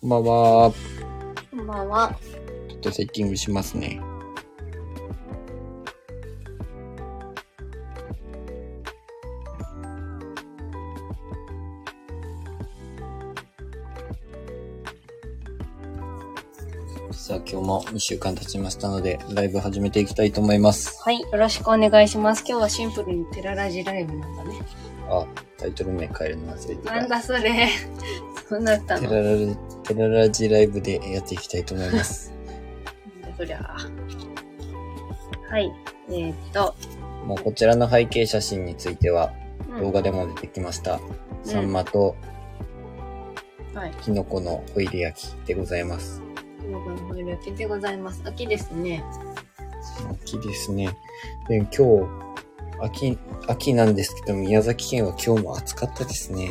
こんばんは。こんばんは。ちょっとセッティングしますね。さあ、今日も2週間経ちましたので、ライブ始めていきたいと思います。はい、よろしくお願いします。今日はシンプルにテララジライブなんだね。あ、タイトル名変えるの忘れてた。なんだそれ。 そうなったテの。ララジテララジライブでやっていきたいと思い ます。なんだそりゃ。はい、えー、っと、もうこちらの背景写真については、うん動画でも出てきました。んサンマとはい、キノコのホイル焼きでございます。今からホイル焼きでございます。秋ですね。秋ですね。で今日、秋、秋なんですけど、宮崎県は今日も暑かったですね。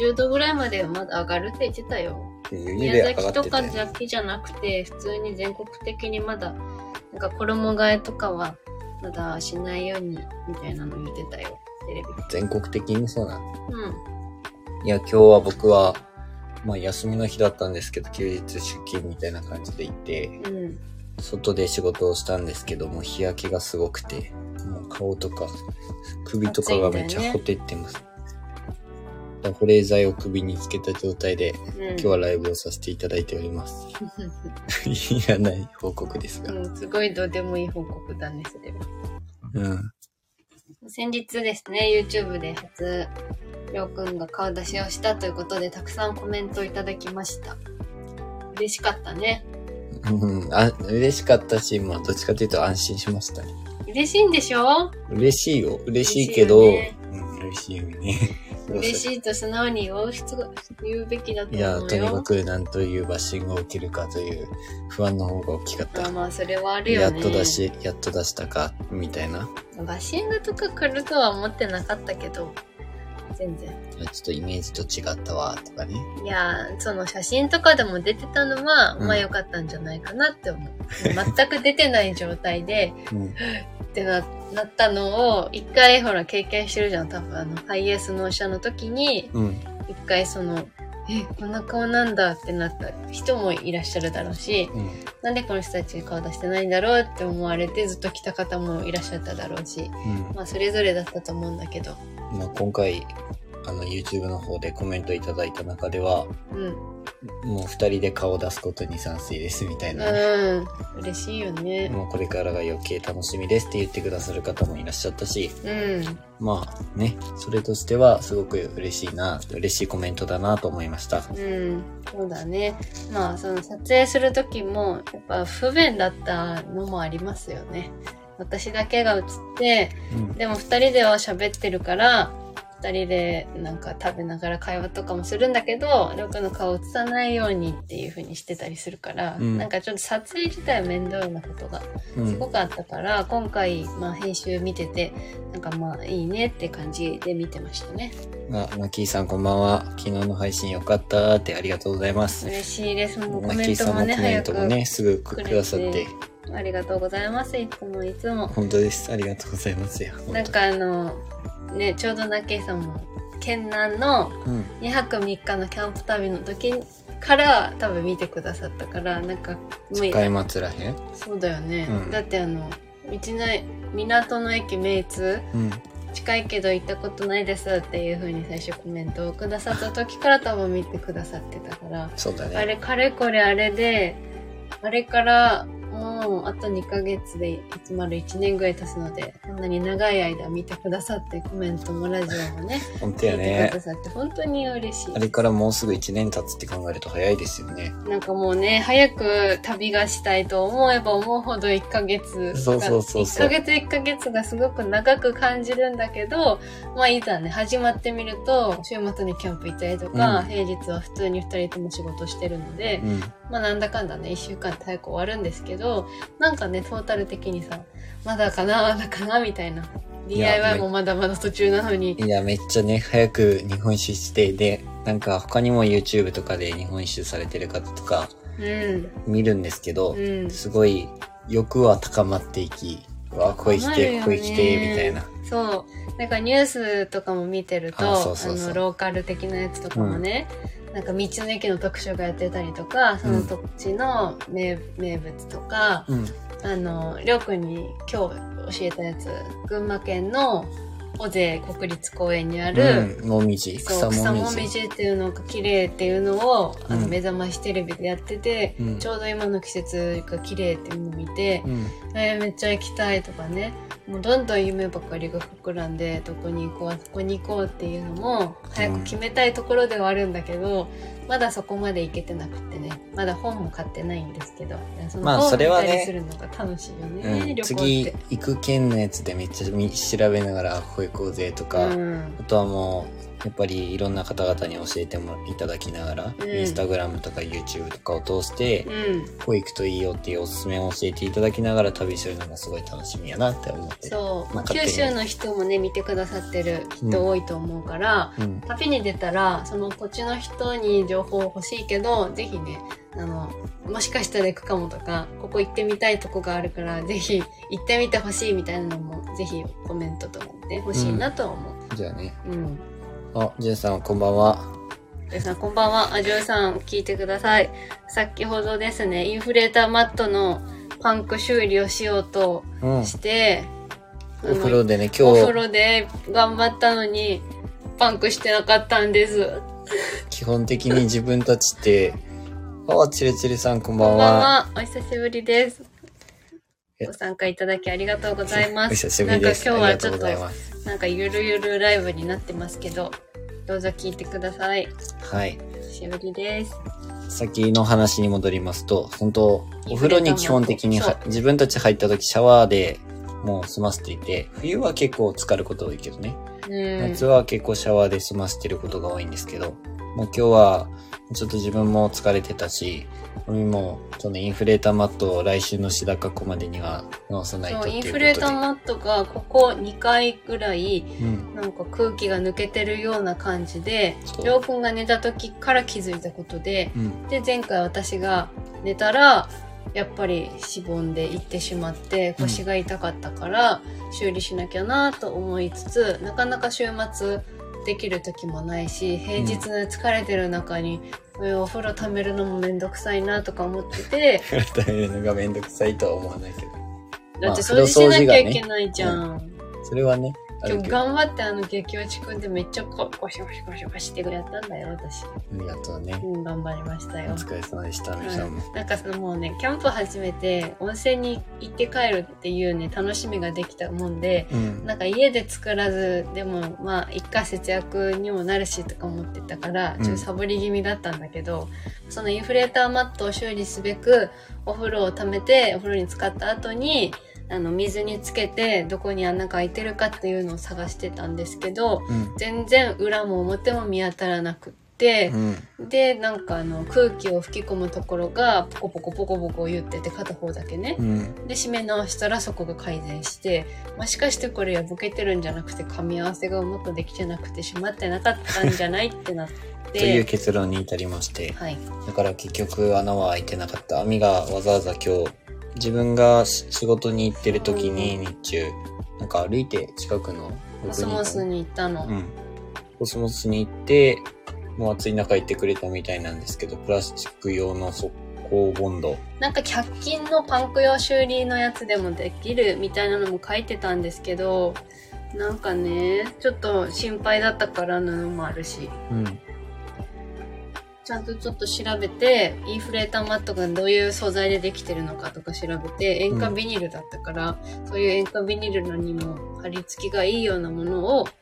30度ぐらいまでまだ上がるって言ってたよ。湯宮で上崎がとってかたよ。だけじゃなくて、普通に全国的にまだ、なんか衣替えとかは、まだしないように、みたいなの言ってたよ。テレビで。全国的にそうなんでうん。す。いや、今日は僕は、まあ休みの日だったんですけど、休日出勤みたいな感じで行って、うん。外で仕事をしたんですけども日焼けがすごくてもう顔とか首とかがめっちゃほてってます、だから保冷剤を首につけた状態でうん、今日はライブをさせていただいております、 いらない報告ですがうん、すごいどうでもいい報告だね、それは。うん先日ですね、YouTube で初、りょうくんが顔出しをしたということで、たくさんコメントいただきました。嬉しかったね。うん、あ嬉しかったし、まあ、どっちかというと安心しましたね。嬉しいんでしょ嬉しいよ。嬉しいけど、嬉しいよねうん、嬉しいよね。 嬉しいと素直に言う必要言うべきだといや、思うとにかよ。く何というバッシングを受けるかという不安の方が大きかったまあ。まあ、それはあるやよっね。と出し、やっと出したか、みたいな。バッシングとか来るとは思ってなかったけど、全然。ちょっとイメージと違ったわ、とかね。いやー、その写真とかでも出てたのは、うんまあ良かったんじゃないかなって思う。全く出てない状態で、うん。ってななったのを、一回ほら経験してるじゃん。多分あの、ハイエース納車の時に、うん。一回その、え、こんな顔なんだってなった人もいらっしゃるだろうし、うん。なんでこの人たち顔出してないんだろうって思われてずっと来た方もいらっしゃっただろうし、まあそれぞれだったと思うんだけど、まあ、今回、あの、YouTube の方でコメントいただいた中では、うん。もう二人で顔を出すことに賛成です、みたいうなね。ん。嬉しいよね。もうこれからが余計楽しみですって言ってくださる方もいらっしゃったし、うん。まあね、それとしてはすごく嬉しいな、嬉しいコメントだなと思いました。うん、そうだね。まあ、その撮影する時も、やっぱ不便だったのもありますよね。私だけが映って、うん。でも二人では喋ってるから、二人でなんか食べながら会話とかもするんだけど、りょうくんの顔を映さないようにっていう風にしてたりするから、うんなんかちょっと撮影自体面倒なことがうすんご。くあったから、今回、まあ編集見てて、なんかまあいいねって感じで見てましたね。あ、マッキーさんこんばんは。昨日の配信よかったってありがとうございます。嬉しいです。もうマコッメキーントさんももコね、メ早ントくもね、すぐくださって。ありがとうございます。いつもいつも。本当です。ありがとうございますよ。なんかあの、ね、ちょうどなけいさんも、県南の本当に、 2泊3日のキャンプ旅の時から多分見てくださったから、なんか、もうん。う、使松らへん。そうだよね。うんだってあの、道ない、港の駅名通うん。近いけど行ったことないですっていう風に最初コメントをくださった時から多分見てくださってたから、そうだあね。れ、かれこれあれで、あれからもうあと2ヶ月で集まる1年ぐらい経つので、こんなに長い間見てくださって、コメントもラジオもね、本当聞やいてねく。ださって、本当に嬉しあい。れからもうすぐ1年経つって考えると早いですよね。なんかもうね、早く旅がしたいと思えば思うほど1ヶ月が、そうそうそうそう1ヶ月1ヶ月がすごく長く感じるんだけど、まあいざね、始まってみると、週末にキャンプ行ったりとか、うん平日は普通に2人とも仕事してるので、うん。まあなんだかんだね、一週間って早く終わるんですけど、なんかね、トータル的にさ、まだかな、まだかな、みたいな。いや DIY もまだまだ途中なのに。いや、めっちゃね、早く日本酒して、で、なんか他にも YouTube とかで日本酒されてる方とかうん。見るんですけどう、ん。すごい欲は高まっていき、うわ、恋し高まるよて、ね恋して、みたいな。そう。なんかニュースとかも見てると、ああそうそうそうの、ローカル的なやつとかもね、なんか道の駅の特集がやってたりとか、その土地の名,、名物とか、うん。あの、りょうくんに今日教えたやつ、群馬県の尾瀬国立公園にある、うん、もみじ、そ草う草ももみみじ。じっていうのが綺麗っていうのを、うあのん目覚ましテレビでやってて、うんちょうど今の季節が綺麗っていうのを見て、うん。えーめっちゃ行きたいとかねもうどんどん夢ばっかりが膨らんでどこに行こうあそこに行こうっていうのも早く決めたいところではあるんだけど、まだそこまで行けてなくってねまだ本も買ってないんですけどそまあの本をそ見れはたねりするのが楽しいよね,、うん、旅行次って。行く県のやつでめっちゃみ調べながらあここ行こうぜとうか、んあとはもうやっぱりいろんな方々に教えてもいただきながら、うんインスタグラムとか YouTube とかを通して、うん、こう行くといいよっていうおすすめを教えていただきながら旅するのがすごい楽しみやなって思ってるそう、まあ勝手九に州の人もね見てくださってる人多いと思うから、うん旅に出たらその土地の人に情報欲しいけどぜひねあのもしかしたら行くかもとかここ行ってみたいとこがあるからぜひ行ってみてほしいみたいなのもぜひコメントとかで欲しいなとは思う。じゃあねうんあジェンさんこんばんはジョイさん、こんばんは。あ、ジョイさん、聞いてください。先ほどですね、インフレーターマットのパンク修理をしようとうんおして、あの風呂でねお風今日呂で頑張ったのに、パンクしてなかったんです。基本的に自分たちってああちれちれさんこんばこんんばんはは。お久しぶりです。えご参加いただきありがとうございます。お久しぶりですなんかあ今りがとう日はごちざいょっますと、なんかゆるゆるライブになってますけど、どうぞ聞いてください。はい久しぶりです。先の話に戻りますと、本当お風呂に基本的にそう自分たち入った時シャワーでもう済ませていて、冬は結構浸かること多いけどね、うん。夏は結構シャワーで済ませてることが多いんですけど、もう今日はちょっと自分も疲れてたし、海もそのインフレーターマットを来週のシダカ湖までには直さないとっそてう、イいうンことで。フレーターマットがここ2回ぐらい、うん。なんか空気が抜けてるような感じでそ、うりょうくんが寝た時から気づいたことで、うん。で前回私が寝たらやっぱりしぼんでいってしまってうん腰が痛かったから修理しなきゃなと思いつつ、なかなか週末できる時もないし平日の疲れてる中に、えお風呂溜めるのもめんどくさいなとか思ってて食べるのがめんどくさいとは思わないけど。だって掃まあ除し風呂な掃除きがゃねいけないじゃん。それはね、あ今る日けど。あ頑張ってあの激落ちくんでめっちゃこゴシゴシゴシゴシってやったんだよ私、りがとうね。うん、頑張りましたおよ疲れ様でした、皆さんも。なんかそのもうねキャンプ始めて温泉に行って帰るっていうね楽しみができたもんでうん。なんか家で作らずでもまあ一家節約にもなるしとか思ってたからうんちょっとサボり気味だったんだけど、そのインフレーターマットを修理すべくお風呂を溜めてお風呂に使った後にあの水につけてどこに穴が開いてるかっていうのを探してたんですけどうん。全然裏も表も見当たらなくって。うん。でなんかあの空気を吹き込むところがポコポコポコポコ言ってて片方だけねうん。で締め直したらそこが改善してもしかしてこれはボケてるんじゃなくて噛み合わせがうまくできてなくてしまってなかったんじゃないってなって という結論に至りましてはいだから結局穴は開いてなかった網がわざわざ今日自分がし仕事に行ってる時にうん日中なんか歩いて近くのコスモスに行ったの、うん、コスモスに行ってもう暑い中行ってくれたみたいなんですけどプラスチック用の速攻ボンドなんか100均のパンク用修理のやつでもできるみたいなのも書いてたんですけどなんかねちょっと心配だったからなのもあるしうんちゃんとちょっと調べて、インフレーターマットがどういう素材でできてるのかとか調べて、塩化ビニルだったから、そういう塩化ビニルのにも貼り付きがいいようなものを買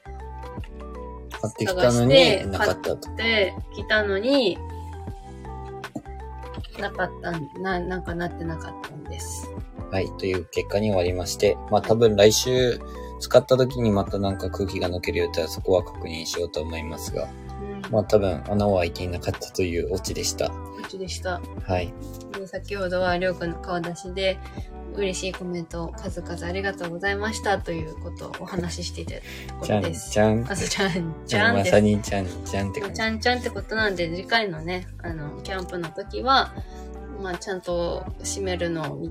ってきたの探してになかったと買ってきたのに、なかったん、な、なんかなってなかったんです。はいという結果に終わりましてまあ多分来週使った時にまたなんか空気が抜けるようだったらそこは確認しようと思いますがまあ多分穴は開いていなかったというオチでした。うちでした。はい。で先ほどはりょうくんの顔出しで、嬉しいコメントを数々ありがとうございましたということをお話ししていただいたとこじゃろんです。じゃん。あそうじゃん、じゃんまですさ。にじゃんじゃんって感ちじ。ゃんちゃんってことなんで次回のねあのキャンプの時は、まあ、ちゃんと閉めるのを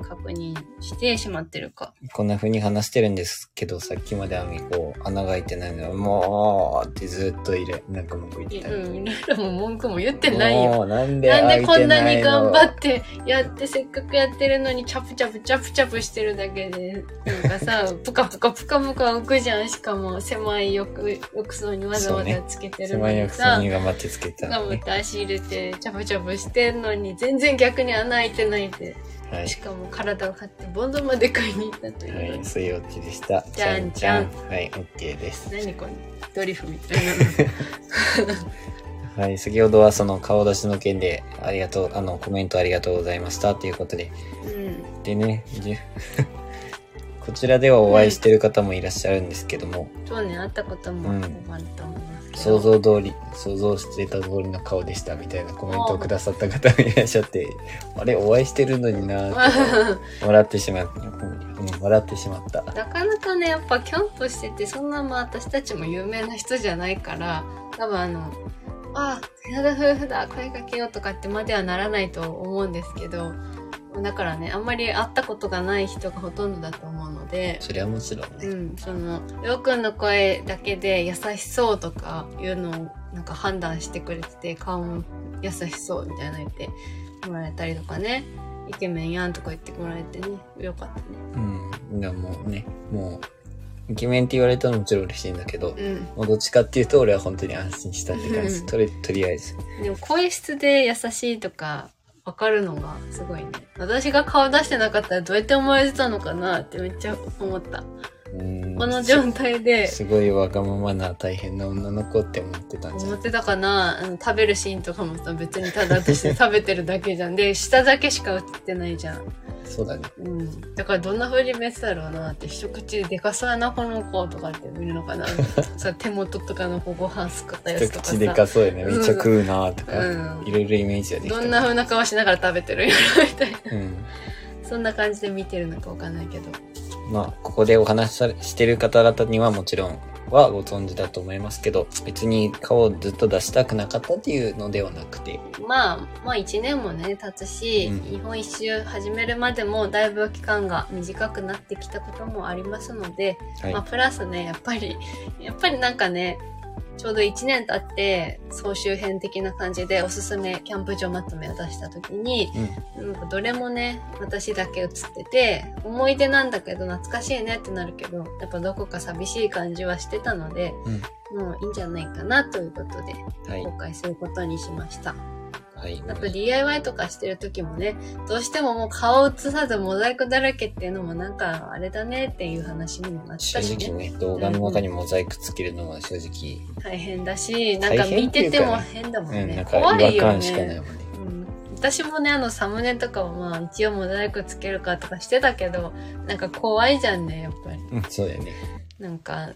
確認してしまってるか。こんな風に話してるんですけど、さっきまであみこう、穴が開いてないのは、もうってずっといる、なんか文句言ってたよ。うん、いろいろも文句も言ってないよ。もうなんでなん開いてなでいのこんなに頑張ってやって、せっかくやってるのに、チャプチャプチャプチャプしてるだけで、なんか さ、ぷかぷかぷかぷか浮くじゃん。しかも、狭い浴浴槽にわざわざつけてるの狭いに浴さ、槽に頑張ってつけたガのムっね。て足入れて、チャプチャプしてんのに、全然逆に穴開いてないって。はいし。かも体を張ってボンドまで買いに行ったという、はい、そういうオチでした。じゃんじゃんじゃん。はい、OK です。何これドリフみたいなのはい、先ほどはその顔出しの件で、ありがとう、あの、コメントありがとうございましたということで、うんでね、じゅ こちらではお会いしてる方もいらっしゃるんですけども、そうね会ったこともうんあると思いますけど、 想像通り、想像してた通りの顔でしたみたいなコメントをくださった方もいらっしゃって、あれ、お会いしてるのになーって笑ってしまった。うん笑ってしまった。なかなかねやっぱキャンプしててそんなまあ私たちも有名な人じゃないから多分あの「あ寺田夫婦だ声かけよう」とかってまではならないと思うんですけどだからねあんまり会ったことがない人がほとんどだと思うのでそれはもちろんね。うん、そのりょうくんの声だけで優しそうとかいうのをなんか判断してくれてて顔も優しそうみたいなの言ってもらえたりとかねイケメンやんとか言ってもらえてねよかったねうん。いや、もうね、もう、イケメンって言われたのももちろん嬉しいんだけど、うんもうどっちかっていうと俺は本当に安心したって感うじ。んとり、とりあえず。でも声質で優しいとかわかるのがすごいね私が顔出してなかったらどうやって思われてたのかなってめっちゃ思ったうん。この状態ですごいわがままな大変な女の子って思ってたんじゃ思っん。てたかなあの食べるシーンとかもさ別にただ私食べてるだけじゃんで下だけしか映ってないじゃんそうだね。うん、だからどんな風に見えてたろうなって一口でかそうやなこの子とかって見るの かなさ手元とかのこうご飯すくったや一つとかさ口でかそうやね。めっちゃ食うなーとうか、んいろいろイメージができた。どんな風な顔しながら食べてるんやろみたいなうん。そんな感じで見てるのかわかんないけどまあ、ここでお話しされしてる方々にはもちろんはご存知だと思いますけど、別に顔をずっと出したくなかったっていうのではなくて、まあまあ1年もね経つし、うん日本一周始めるまでもだいぶ期間が短くなってきたこともありますので、はいまあ、。プラスねやっぱり やっぱりなんかねちょうど1年経って総集編的な感じでおすすめキャンプ場まとめを出した時にうん。なんかどれもね私だけ映ってて思い出なんだけど懐かしいねってなるけどやっぱどこか寂しい感じはしてたので、もういいんじゃないかなということではい。公開することにしました。はい。あと DIY とかしてる時もね、どうしてももう顔を映さずモザイクだらけっていうのもなんかあれだねっていう話にもなった正し、直ね、ね、動画の中にモザイクつけるのは正直、大変だし、なんか大変見っていてうてかねも変だもんうん、なねん。か怖い違和よ感しかないね。もんね。うん私もね、あのサムネとかはまあ一応モザイクつけるかとかしてたけど、なんか怖いじゃんね、やっぱり。うん、そうだよね。なんか、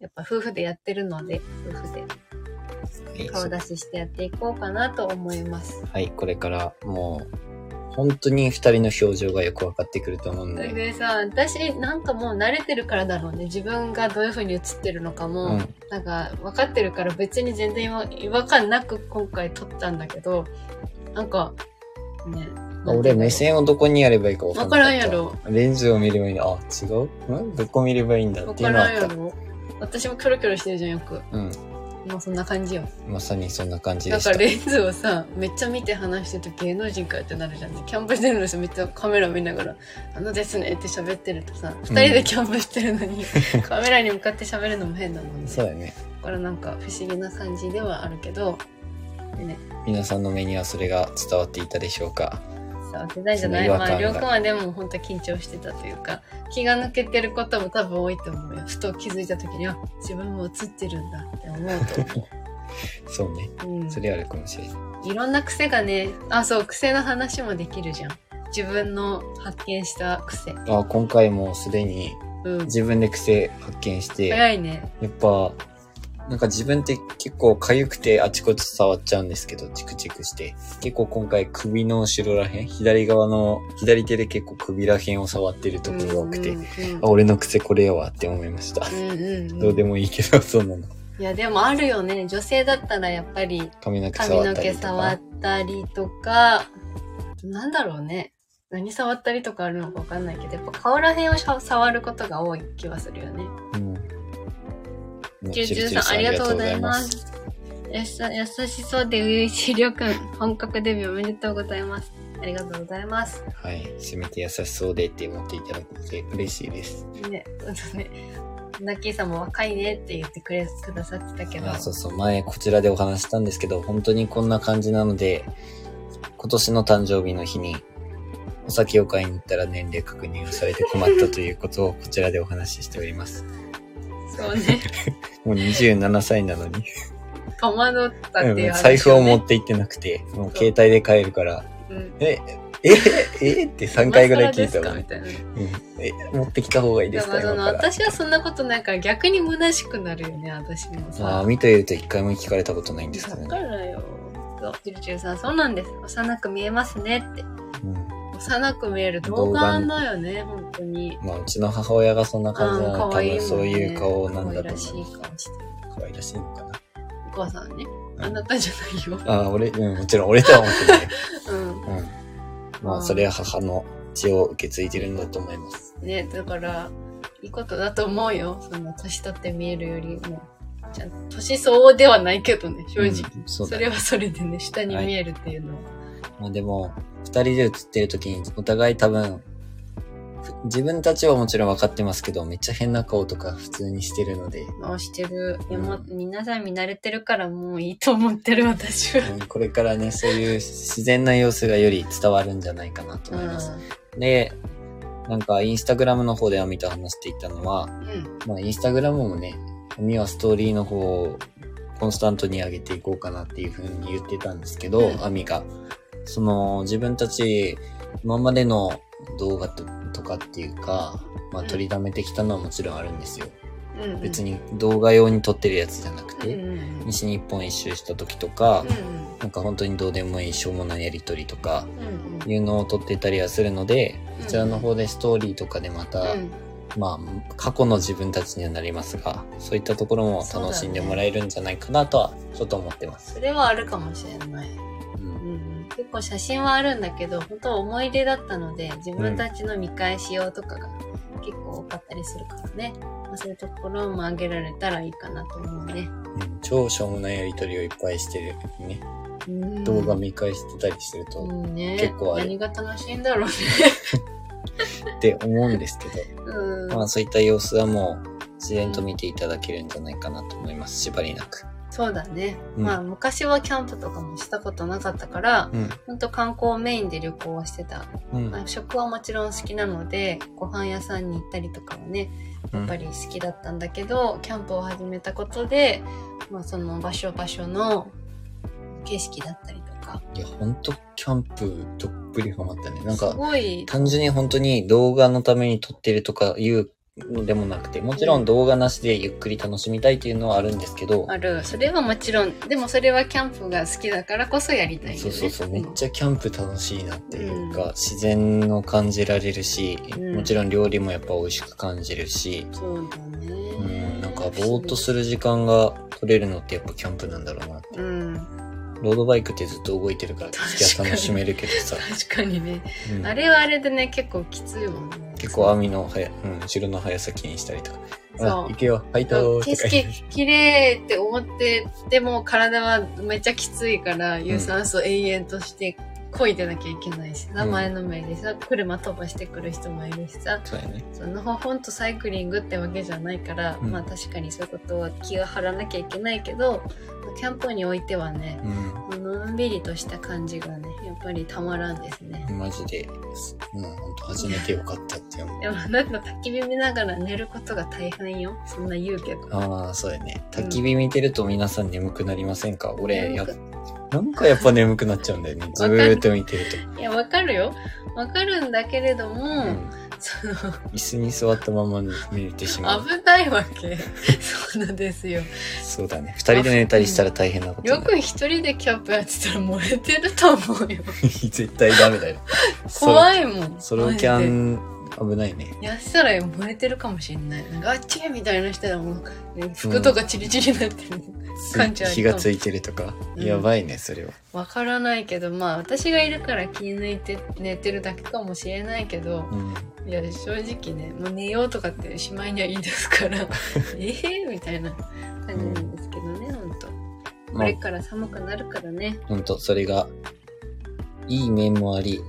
やっぱ夫婦でやってるので、夫婦ではい顔出ししてやっていこうかなと思います。はい、これからもう、本当に二人の表情がよく分かってくると思うんそれで、でさ私なんかもう慣れてるからだろうね自分がどういう風に映ってるのかも、うんなんか分かってるから別に全然違和違和感なく今回撮ったんだけどなんかね俺目線をどこにやればいいか分か分んかなからっんやた。ろレンズを見ればいいのあ、違うんどこ見ればいいんだっ分ていかうのはらんあっやた。ろ私もキョロキョロしてるじゃんよくうん。もうそんな感じよまさにそんな感じだでしからた。レンズをさめっちゃ見て話してると芸能人かよってなるじゃんねキャンプしてるの人めっちゃカメラ見ながら「あのですね」って喋ってるとさ2人でキャンプしてる のに、カメラに向かって喋るのも変なのねそうだよね。だからなんか不思議な感じではあるけど皆さんの目にはそれが伝わっていたでしょうか。さあ手伝いじゃないその違和ま感がありょうくんはでも本当緊張してたというか気が抜けてることも多分多いと思うよふと気づいた時にあ自分も映ってるんだって思うと思そうね。う、う ん、それあるかもしれない。いろんな癖がねあそう癖の話もできるじゃん自分の発見した癖あ今回もすでにうん自分で癖発見して、や早いねっぱ、なんか自分って結構痒くてあちこち触っちゃうんですけど、チクチクして。結構今回首の後ろらへん、左側の、左手で結構首らへんを触ってるところが多くて、うんうんあ、俺の癖これやわって思いました。うんうんうんどうでもいいけど、そうなの。いやでもあるよね女性だったらやっぱり髪の毛髪触のった毛りと触かっ。たりとか、なんだろうね。何触ったりとかあるのかわかんないけど、やっぱ顔ら辺をしゃ触ることが多い気はするよね。うん。もうジュンジュンさん、ありがとうございま。す。やさ優しそうで初々しいりょうくん、本格デビューおめでとうございます。ありがとうございます。はい。せめて優しそうでって思っていただけて嬉しいです。ね、そうだね。ナッキーさんも若いねって言ってくれくださってたけど。あそうそう、前こちらでお話ししたんですけど、本当にこんな感じなので、今年の誕生日の日に、お酒を買いに行ったら年齢確認をされて困ったということ をこちらでお話ししております。そうね。もう27歳なのに、戸惑ったっ ていう話、ねうん財布を持って行ってなくて、もう携帯で買えるから、うん、え、え、えって3回ぐらい聞いた今更のねです。かみたいな。うんえ、持ってきた方がいいでですもかそ今のから。私はそんなことないから逆に虚しくなるよね私もああ、さ見といると一回も聞かれたことないんですかだかね。らよそうピルチューさんそうなんです幼く見えますねってうん幼く見える童顔だよね本当にまあ、うちの母親がそんな感じなあので、ー可多愛い分そういう顔なんだと可愛らしい思う。顔して可愛らしいのかな。お母さんはねあなたじゃないよああ、俺、うん、もちろん俺とは思ってない。う うん。まあ、それは母の血を受け継いでるんだと思います。んねだからいいことだと思うよそんな年取って見えるよりもちゃんと年相応ではないけどね正直、うんそうそだれね。はそれでね下に見えるっていうのは、まあ、でも、二人で写ってる時に、お互い多分、ふ自分たちはもちろん分かってますけど、めっちゃ変な顔とか普通にしてるので、をしてる、いやうんもう皆さん見慣れてるからもういいと思ってる私は。うんこれからね、そういう自然な様子がより伝わるんじゃないかなと思います。で、なんか、インスタグラムの方では見た話していたのは、うん、まあ、インスタグラムもね、みはストーリーの方をコンスタントに上げていこうかなっていうふうに言ってたんですけど、うんアミが。その、自分たち、今までの動画ととかっていうか、まあ、うん取りだめてきたのはもちろんあるんですよ。うん、うん、別に動画用に撮ってるやつじゃなくうん、て、うん、うん西日本一周した時とか、うなんか本当にどうでもいいしょうもないやりとりとか、ん、いうのを撮ってたりはするので、うんこちらの方でストーリーとかでまた、うんまあ、過去の自分たちにはなりますが、そういったところも楽しんでもらえるんじゃないかなとは、ちょっと思ってます。それはあるかもしれない。ううんんうん、結構写真はあるんだけど、本当思い出だったので、自分たちの見返し用とかが結構多かったりするからね。まあ、そういうところも上げられたらいいかなと思うね。うん超しょうもないやりとりをいっぱいしてるね。うん、動画見返してたりすると、うんね、結構ある何が楽しいんだろうね。って思うんですけうんど、まあそういった様子はもう、自然と見ていただけるんじゃないかなと思います。縛りなく。そうだね、うんまあ昔はキャンプとかもしたことなかったからうん。本当観光メインで旅行はしてた、うん。まあ、食はもちろん好きなのでご飯屋さんに行ったりとかはねうんやっぱり好きだったんだけど、キャンプを始めたことで、まあ、その場所場所の景色だったりとかいや、ほんと、キャンプ、どっぷりハマったね。なんすか、ごい単純に本当に動画のために撮ってるとかいうのでもなくて、もちろん動画なしでゆっくり楽しみたいっていうのはあるんですけど、あるそれはもちろんでもそれはキャンプが好きだからこそやりたいよそねうそうそう、めんっちゃキャンプ楽しいなっていうか、自然を感じられるし、うんもちろん料理もやっぱ美味しく感じるし、そうだねうん、なんかぼーっとする時間が取れるのってやっぱキャンプなんだろうなって。うんロードバイクってずっと動いてるから、確かに景色は楽しめるけどさ、確かにねうんあれはあれでね、結構きついもんね。結構網の早、うん、後ろの速さ気にしたりとか、あそ行う。けよ、ファイトー景とか言って色綺麗って思ってでも体はめっちゃきついから有酸素延々として漕いでなきゃいけないしさ、うん前のめりでさ車飛ばしてくる人もいるしさそうやね。そのほほんとサイクリングってわけじゃないから、うんまあ確かにそういうことは気が張らなきゃいけないけどキャンプにおいてはねうん。のんびりとした感じがねやっぱりたまらんですね。マジで、うん、本当初めてよかったって思う。でもなんか焚き火見ながら寝ることが大変よそんな言うけど。ああ、そうやね。焚き火見てると皆さん眠くなりませんか俺、やなん、なんかやっぱ眠くなっちゃうんだよね。ずかるーっと見てると。いや、わかるよ。わかるんだけれども、うん。その、椅子に座ったまま寝てしまう。危ないわけ。 そうなんですよ。そうだね。二人で寝たりしたら大変なことよになくる。一人でキャンプやってたら燃えてると思うよ。 絶対ダメだよ。怖いもん。ソロソロキャマジで。ン危ないね。やしたら燃えてるかもしれない。なんか、あっちみたいな人だもん。服とかチリチリになってる。感じあるかも火がついてるとか。うんやばいね、それは。わからないけど、まあ、私がいるから気抜いて寝てるだけかもしれないけど、うん。いや、正直ね、もう寝ようとかってしまいにはいいです から、ええみたいな感じなんですけどね、ほんと。こまあれ、から寒くなるからね。ほんと、それが、いい面もあり、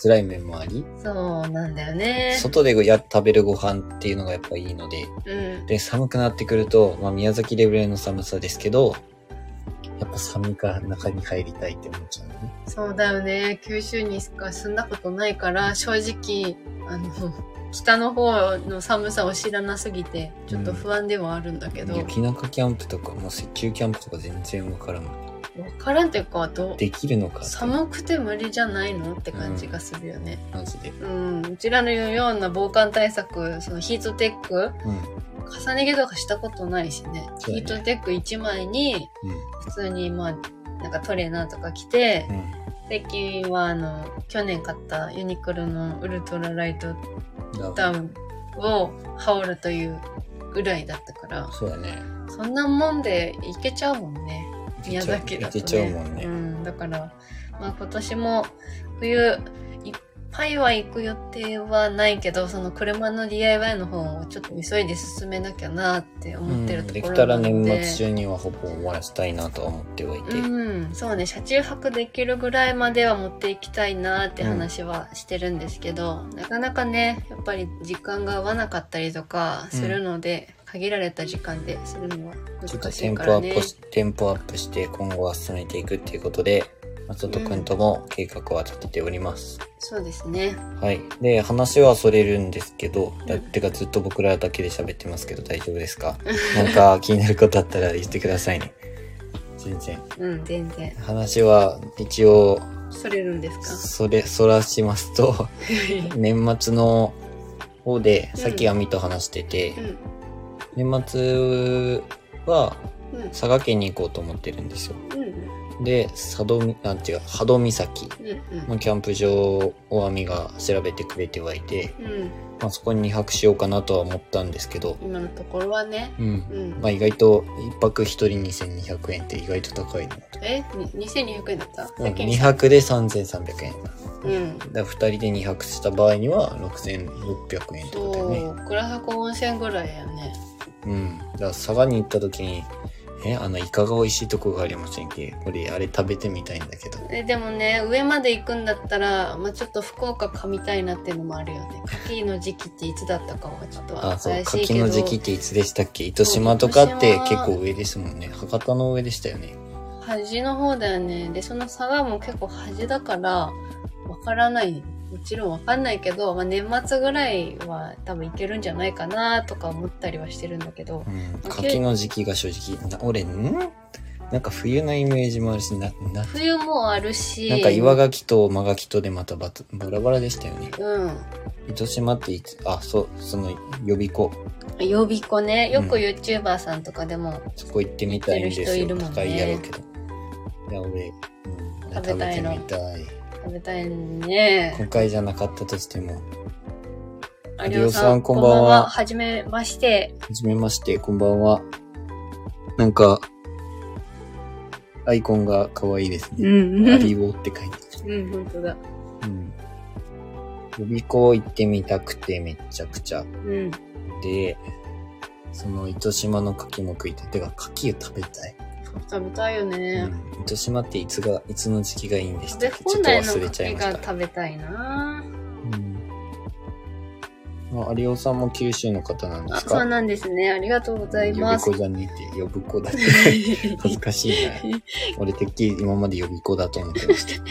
辛い面もあり、そうなんだよね。外でや食べるご飯っていうのがやっぱいいので、うん。で、寒くなってくると、まあ、宮崎レベルの寒さですけど、やっぱ寒いから中に入りたいって思っちゃうね。そうだよね。九州にしか住んだことないから、正直、あの、 北の方の寒さを知らなすぎて、ちょっと不安ではあるんだけど、わ、雪中キャンプとか、もう雪中キャンプとか全然わからん。からんというか、どうできるのかって寒くて無理じゃないのって感じがするよね。マジで。うん、うちらのような防寒対策、そのヒートテック、うん。重ね着とかしたことないしね。そうヒだねートテック1枚に、うん。普通にまあ、なんかトレーナーとか着て、最近はあの、去年買ったユニクロのウルトラライトうん。だダウンを羽織るというぐらいだったから、そうだね。そんなもんでいけちゃうもんね。宮崎だとね。いけちゃうもんね。うん、だから、まあ今年も冬、いっぱいは行く予定はないけど、その車の DIY の方をちょっと急いで進めなきゃなって思ってるとでこきろたならので。年末中にはほぼ終わらせたいなとは思ってはいて、うん、そうね車中泊できるぐらいまでは持っていきたいなって話はしてるんですけど、なかなかねやっぱり時間が合わなかったりとかするので、限られた時間でするのはちょっと難しテいンかポらアねップし、テンポアップして今後は進めていくっていうことで、松本くんとも計画は立てております。そうですねはい。で、話はそれるんですけど、だうんてかずっと僕らだけで喋ってますけど大丈夫ですかなんか気になることあったら言ってくださいね。全然。うん全然話は一応、それるんですかそれ、そらしますと、年末の方で、さっき網と話してて、年末はうんうん佐賀県に行こうと思ってるんですよ。うんで、佐渡み、あ、違う、波戸岬うんのキャンプ場を網が調べてくれてはいて、うんうんまあ、そこに2泊しようかなとは思ったんですけど、今のところはねうん。うん、まあ意外と1泊1人2200円って意外と高いなと。えに2200円だったうん先2に泊で3300円。うんだから2人で2泊した場合には6600円ってことだよね。そう倉迫温泉ぐらいやねうん。だから佐賀に行った時に、え、あの、イカが美味しいとこがありませんっけこれ、あれ食べてみたいんだけど。えでもね上まで行くんだったら、まあ、ちょっと福岡かみたいなっていうのもあるよね柿の時期っていつだったかはちょっとあ、そう、怪しい柿けどの時期っていつでしたっけ糸島とかってそう糸結島構上ですもんね。博多の上でしたよね。端の方だよねでその佐賀も結構端だからわからないもちろんわかんないけど、まあ、年末ぐらいは多分行けるんじゃないかなとか思ったりはしてるんだけどうん。あ柿の時期が正直、な俺、んなんか冬のイメージもあるし、な、な、冬もあるしなんか岩牡蠣と間牡蠣とでまたバトバラバラでしたよね。うん糸島っていつ、あ、そう、その予備校、予備校ねよくうん YouTuber さんとかでもそこ行ってみたいんです行ってる人いよ。るもんね高いやろうけど。いや、俺、うん、食べたいの食べてみたい。食べたいね今回じゃなかったとしても、有有吉さんこんばんははじめまして。はじめまして、こんばんは。なんか、アイコンが可愛いですね。んアリオって書いてうん、本当だ。ある。うん。予備校行ってみたくて、めちゃくちゃ。うん。で、その糸島の牡蠣も食いたい。てか、牡蠣を食べたい。食べたいよね。うん。糸島っていつが、いつの時期がいいんでし食たべっけちょ放っと題の忘れち牡ゃい蠣ましがた。食べたいなうん。あ、有オさんも九州の方なんであ、すそうかなんですね。ありがとうござい予備ます校。じゃねえって、予備校だって。恥ずかしいな。俺てっきり今まで予備校だと思ってました。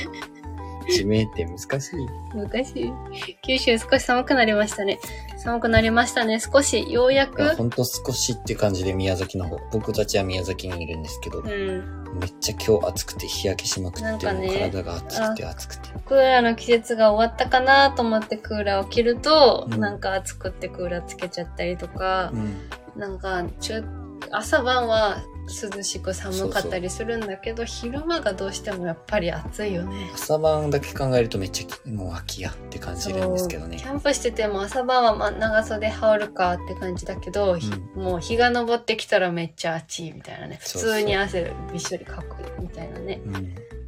地名って難しい。昔、 九州少し寒くなりましたね。寒くなりましたね。少し、ようやく。ほんと少しって感じで宮崎の方。僕たちは宮崎にいるんですけど、うん。めっちゃ今日暑くて日焼けしまくなっんて、かもうね体が暑くて暑くて。クーラーの季節が終わったかなと思ってクーラーを切ると、うんなんか暑くってクーラーつけちゃったりとかう、ん。なんか中朝晩は涼しく寒かったりするんだけど昼間がどうしてもやっぱり暑いよね。朝晩だけ考えるとめっちゃきもう秋やって感じるんですけどねキ。ャンプしてても朝晩はまあ長袖羽織るかって感じだけど、ひもう日が昇ってきたらめっちゃ暑いみたいなね普そうそう通に汗びっしょりかくみたいなねうん。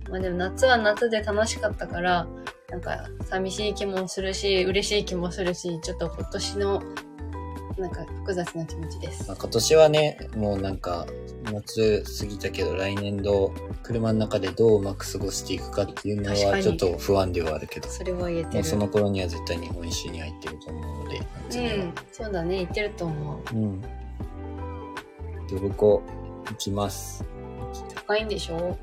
まあでも夏は夏で楽しかったからなんか寂しい気もするし嬉しい気もするしちょっと今年のなんか複雑な気持ちですまあ、今年はね、もうなんか、夏過ぎたけど、来年度、車の中でどううまく過ごしていくかっていうの確かは、にちょっと不安ではあるけど、それは言えてもうるその頃には絶対日本一周に入ってると思うので、う夏にはんそうだね言ってると思ううん。呼ぶ子、行きます。高いんでしょ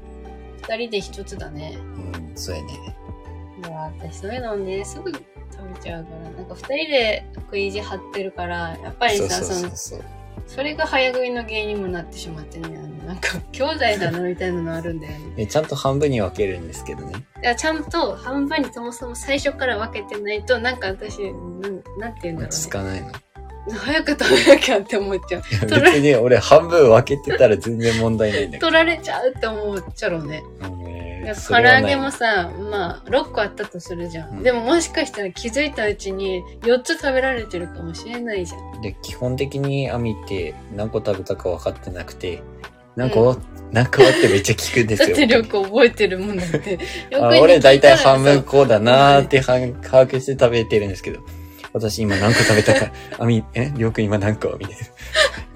二人で一つだねうん、そうやね。もう私そういうのねすぐ食べちゃうからなんか二人で食い意地張ってるからやっぱりそうさそそうそうのそう。それが早食いの原因にもなってしまってねあのなんか兄弟だなみたいなのあるんだよねえちゃんと半分に分けるんですけどね。いやちゃんと半分にそもそも最初から分けてないとなんか私なんなんて言うんだろ落ち着か ないの。うね早く食べなきゃって思っちゃういや取ら別に俺半分分けてたら全然問題ないんだけど取られちゃうって思っちゃうねうんいえやー。唐それは揚ないげもさまあ6個あったとするじゃん、うんでももしかしたら気づいたうちに4つ食べられてるかもしれないじゃんで、基本的にアミって何個食べたか分かってなくて、何う個、何個ってめっちゃ聞くんですだっよ。てりょうくん覚えてるもんだって。りょう あくんに聞いたら俺大体半分さこうだなーってはん把握して食べてるんですけど、私今何個食べた か、あみ、え、りょうくん今何個みたいな。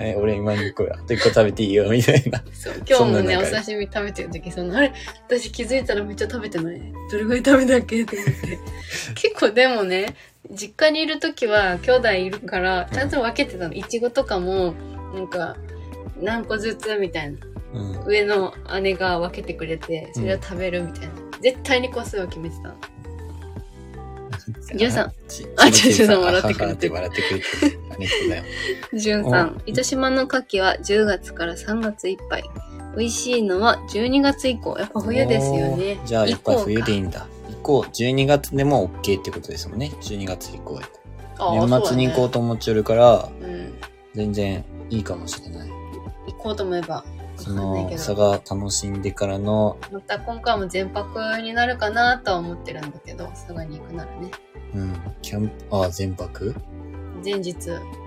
え、俺今2個や。あと1個食べていいよ、みたいな。そう今日もね、おそんな中で刺身食べてる時、その、あれ私気づいたらめっちゃ食べてない。どれぐらい食べたっけって思って。 結構でもね、実家にいる時は兄弟いるから、ちゃんと分けてたの。いちごとかも、なんか、何個ずつみたいな。うん。上の姉が分けてくれて、それを食べるみたいな。絶対に個数を決めてたの。りょうさんち。あちちょちょちょあ笑ってくれてるはははって笑ってくれてる。ありがとうございます。じゅんさん、糸島の牡蠣は10月から3月いっぱい。美味しいのは12月以降。やっぱ冬ですよねおー。じゃあやっぱり冬でいいい。んだ。以降、12月でも OK ってことですもんね。12月以降やと。年末に行こうと。と思っちゃうから、うん。全然いいかもしれない。行こうと思えば。そわかんなのいけ差ど。が楽しんでからの、また今回も全泊になるかなとは思ってるんだけど、佐賀に行くならね。うん、キャンプ、あ、全泊前日、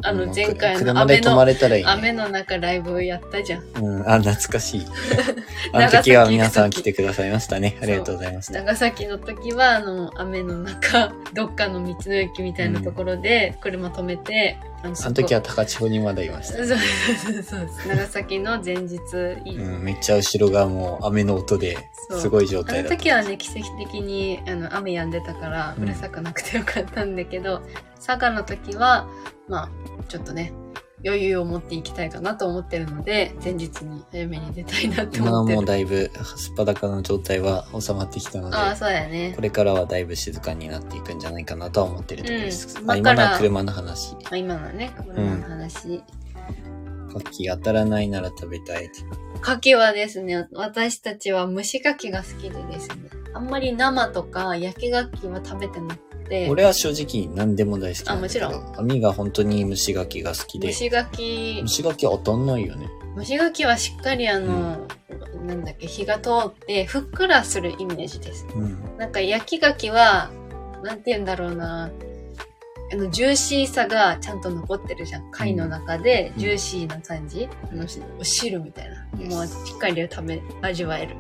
あうのん前回の車雨で泊まの、れたらいい、ね。雨の中ライブやったじゃん。うん、あ、懐か しい。あの時は皆さん来てくださいましたね。ありがとうございました。長崎の時は、あの、雨の中、 どっかの道の駅みたいなところで車止めて、あのあの時は高千穂にまだいました。そうそうそうそう。長崎の前日いい。うん、めっちゃ後ろがもう雨の音でそうすごい状あ態のだった。時はね、奇跡的にあの雨止んでたから、うんうるさくなくてよかったんだけど、佐賀の時は、まあ、ちょっとね、余裕を持っていきたいかなと思ってるので、前日に早めに出たいなって今は思ってもる。うだいぶすっぱだかの状態は収まってきたので、ああ、そうやねこ。れからはだいぶ静かになっていくんじゃないかなとは思ってるところです。うんまあだか今のらは車の話。まあ今のね、車の話。カキ当たらないなら食べたい。牡蠣はですね、私たちは蒸し牡蠣が好きでですね、あんまり生とか焼き牡蠣は食べてなくて、俺は正直何でも大好きなんだけど。あも網が本当に虫ガキが好き蒸で。し牡蠣虫ガキ当たんないよね。蒸し牡蠣はしっかりあの、なんだっけ火が通ってふっくらするイメージですうん。なんか焼き牡蠣はなんて言うんだろうなあのジューシーさがちゃんと残ってるじゃん貝の中でうんジューシーな感じ、あのお汁みたいな、 Yes もうしっかり食べ味わえる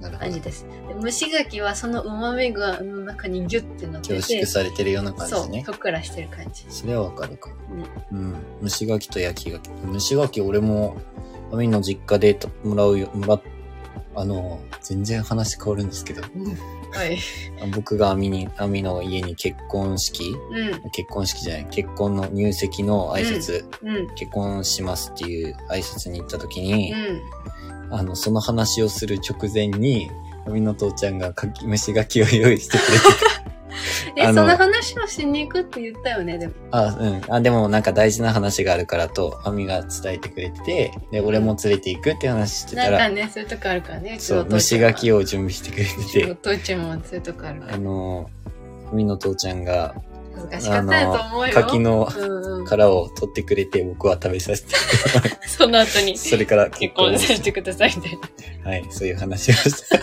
なるほ感どじ。ですで蒸し牡蠣はその旨味があの中にギュッてなって凝縮てされてるような感そうじね。ふっくらしてる感 じそれはわかるかも。うん。虫ガキと焼きガキ。虫ガキ俺も、アミの実家でともらうよ、もらっ、あの、全然話変わるんですけど、はいあ僕がアミに、アミの家に結婚式、うん結婚式じゃない、結婚の入籍の挨拶、うん結婚しますっていう挨拶に行った時に、うんあの、その話をする直前に、アミの父ちゃんがかき、虫ガキを用意してくれて えあそのの話をしに行くって言ったよねでもあ、うん。あ、でもなんか大事な話があるからと、アミが伝えてくれてて、で、俺も連れて行くって話してなた、んからね、そういうとこあるからね。そう、うち虫のガ父ちキを準備してくれてゃんは。て、お父ちゃんもそういうとこあるかあら。のー、アミの父ちゃんが、難しかったやと思うよ。柿のうんうん、殻を取ってくれて、僕は食べさせて、その後にそれから結結婚婚させてくださいみたいな。はい、そういう話をした。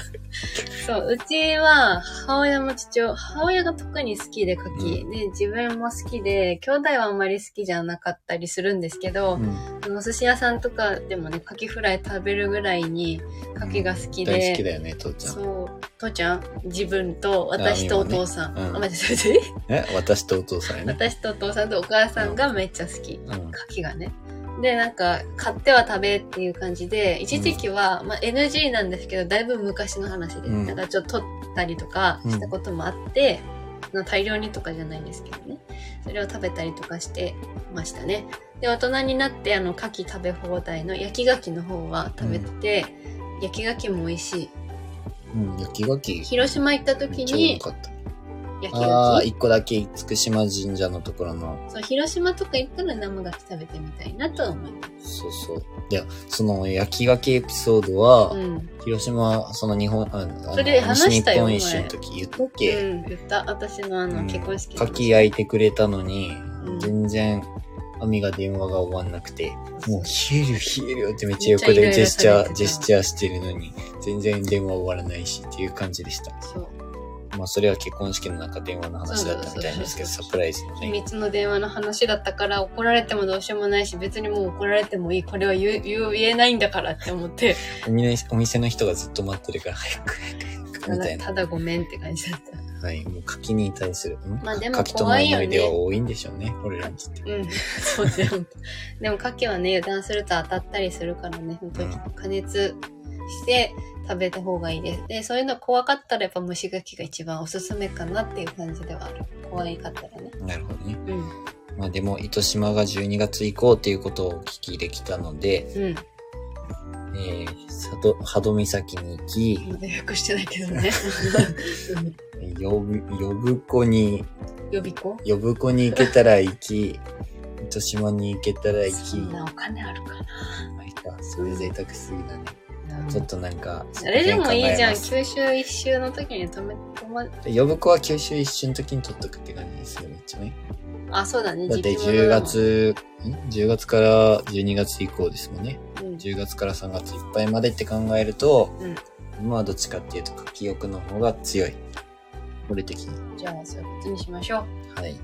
そう、うちは母親も父親、母親が特に好きで柿、で、自分も好きで、兄弟はあんまり好きじゃなかったりするんですけど、うんでもお寿司屋さんとかでもね、柿フライ食べるぐらいに柿が好きで、大好きだよね、父ちゃん。そう、父ちゃん、自分と私とお父さん、あ今ねうんあ、待って、それでえ私とお父さんやね。私とお父さんとお母さんがめっちゃ好き。うん。牡蠣がね。で、なんか、買っては食べっていう感じで、一時期は、まあ NG なんですけど、だいぶ昔の話で、うんなんかちょっと取ったりとかしたこともあって、まあ大量にとかじゃないんですけどね。それを食べたりとかしてましたね。で、大人になって、あの、牡蠣食べ放題の焼き牡蠣の方は食べてて、焼き牡蠣も美味しい。うん、焼き牡蠣。広島行った時めっちゃに多、かった。焼きああ牡ー、蠣。一個だけ、厳島神社のところのそう、広島とか行ったら生牡蠣食べてみたいなとは思います。そうそう。で、その焼きがけエピソードは、うん。広島、その日本、ああのそれ話したよ西日本一周の時言ったっけ、うん、言った私のあうの、ん結婚式牡蠣焼いてくれたのに、うん全然、亜美が電話が終わんなくて、もう冷える冷えるよってめっちゃめっちゃ横イライでラジェスチャされてー、たジェスチャーしてるのに、全然電話終わらないしっていう感じでした。そうまあそれは結婚式の中電話の話だったみたいなんですけど、そサうそうそうそうプライズの秘ね。密の電話の話だったから怒られてもどうしようもないし別にもう怒られてもいいこれは言う言う言えないんだからって思ってお店お店の人がずっと待ってるから、早く早く早くたみただいな。ただごめんって感じ だったはい、もう柿に対する、んまあでも柿との怖いよ思ねい出は多いんでしょうね、俺らにとって。うんそうねほんとでも牡蠣はね油断すると当たったりするからね本当にう加熱して食べた方がいいですでそういうの怖かったらやっぱ蒸し牡蠣が一番おすすめかなっていう感じではある怖いかったらねなるほどね。うんまあでも、糸島が12月以降っていうことをお聞きできたので、うんえー、佐渡波戸岬に行き、まだ予約してないけど ね うんよぶ、よぶこに、予備校よぶこに行けたら行 き、糸島に行けたら行そき、んなお金あるかまあいいかそれ贅沢すぎだね。なちょっとなんか、あれでもいいじゃんそこ九州一周の時に止め止まら辺考えますよぶこは九州一瞬の時に取っとくって感じですよ、めっちゃね。あそうだねだって時期物10だもん、月、ん ?10 月から12月以降ですもんね。うん10月から3月いっぱいまでって考えると、うん今はどっちかっていうと書き欲の方が強い俺的にじゃあそういうことにしましょうはい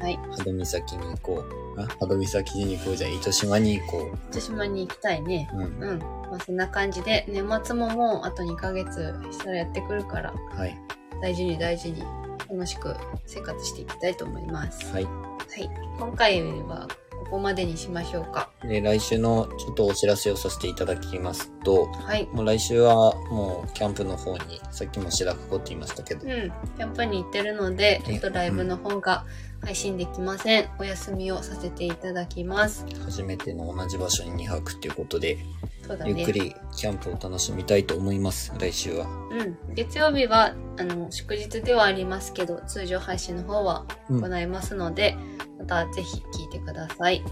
はい波戸岬に行こうあ波戸岬に行こうじゃあ糸島に行こ糸島に行きたいねううんうんまあそんな感じで年末ももうあと2ヶ月したらやってくるからはい大事に大事に楽しく生活していきたいと思いますはいはい今回はここまでにしましょうかで来週のちょっとお知らせをさせていただきますとはいもう来週はもうキャンプの方にさっきも白子って言いましたけど、うん、キャンプに行ってるので、ちょっとライブの方が配信できません。お休みをさせていただきます。初めての同じ場所に2泊っていうことで、そうだね。ゆっくりキャンプを楽しみたいと思います来週はうん。月曜日は、あの、祝日ではありますけど、通常配信の方はうん行いますので、またぜひ聞いてください。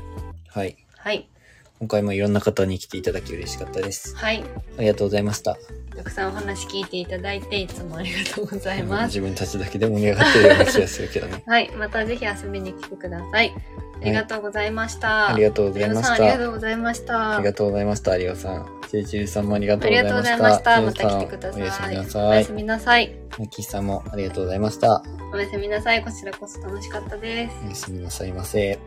はいはい。今回もいろんな方に来ていただき嬉しかったです。はい。ありがとうございました。たくさんお話聞いていただいて、いつもありがとうございます。。自分たちだけでも盛り上がってるような気がするけどねはい。またぜひ遊びに来てください。ありがとうございました。ありがとうござい皆まさんし ありがた。とうございました。ありがとうございました、有オさん。ちえちえさんもありがとあうごりざがとうございいまましした。た。また来てください。皆さんおやすみなおさやいす。みなさい。マキさんもありがとうございました。おやすみなさい。こちらこそ楽しかったです。おやすみなさいませ。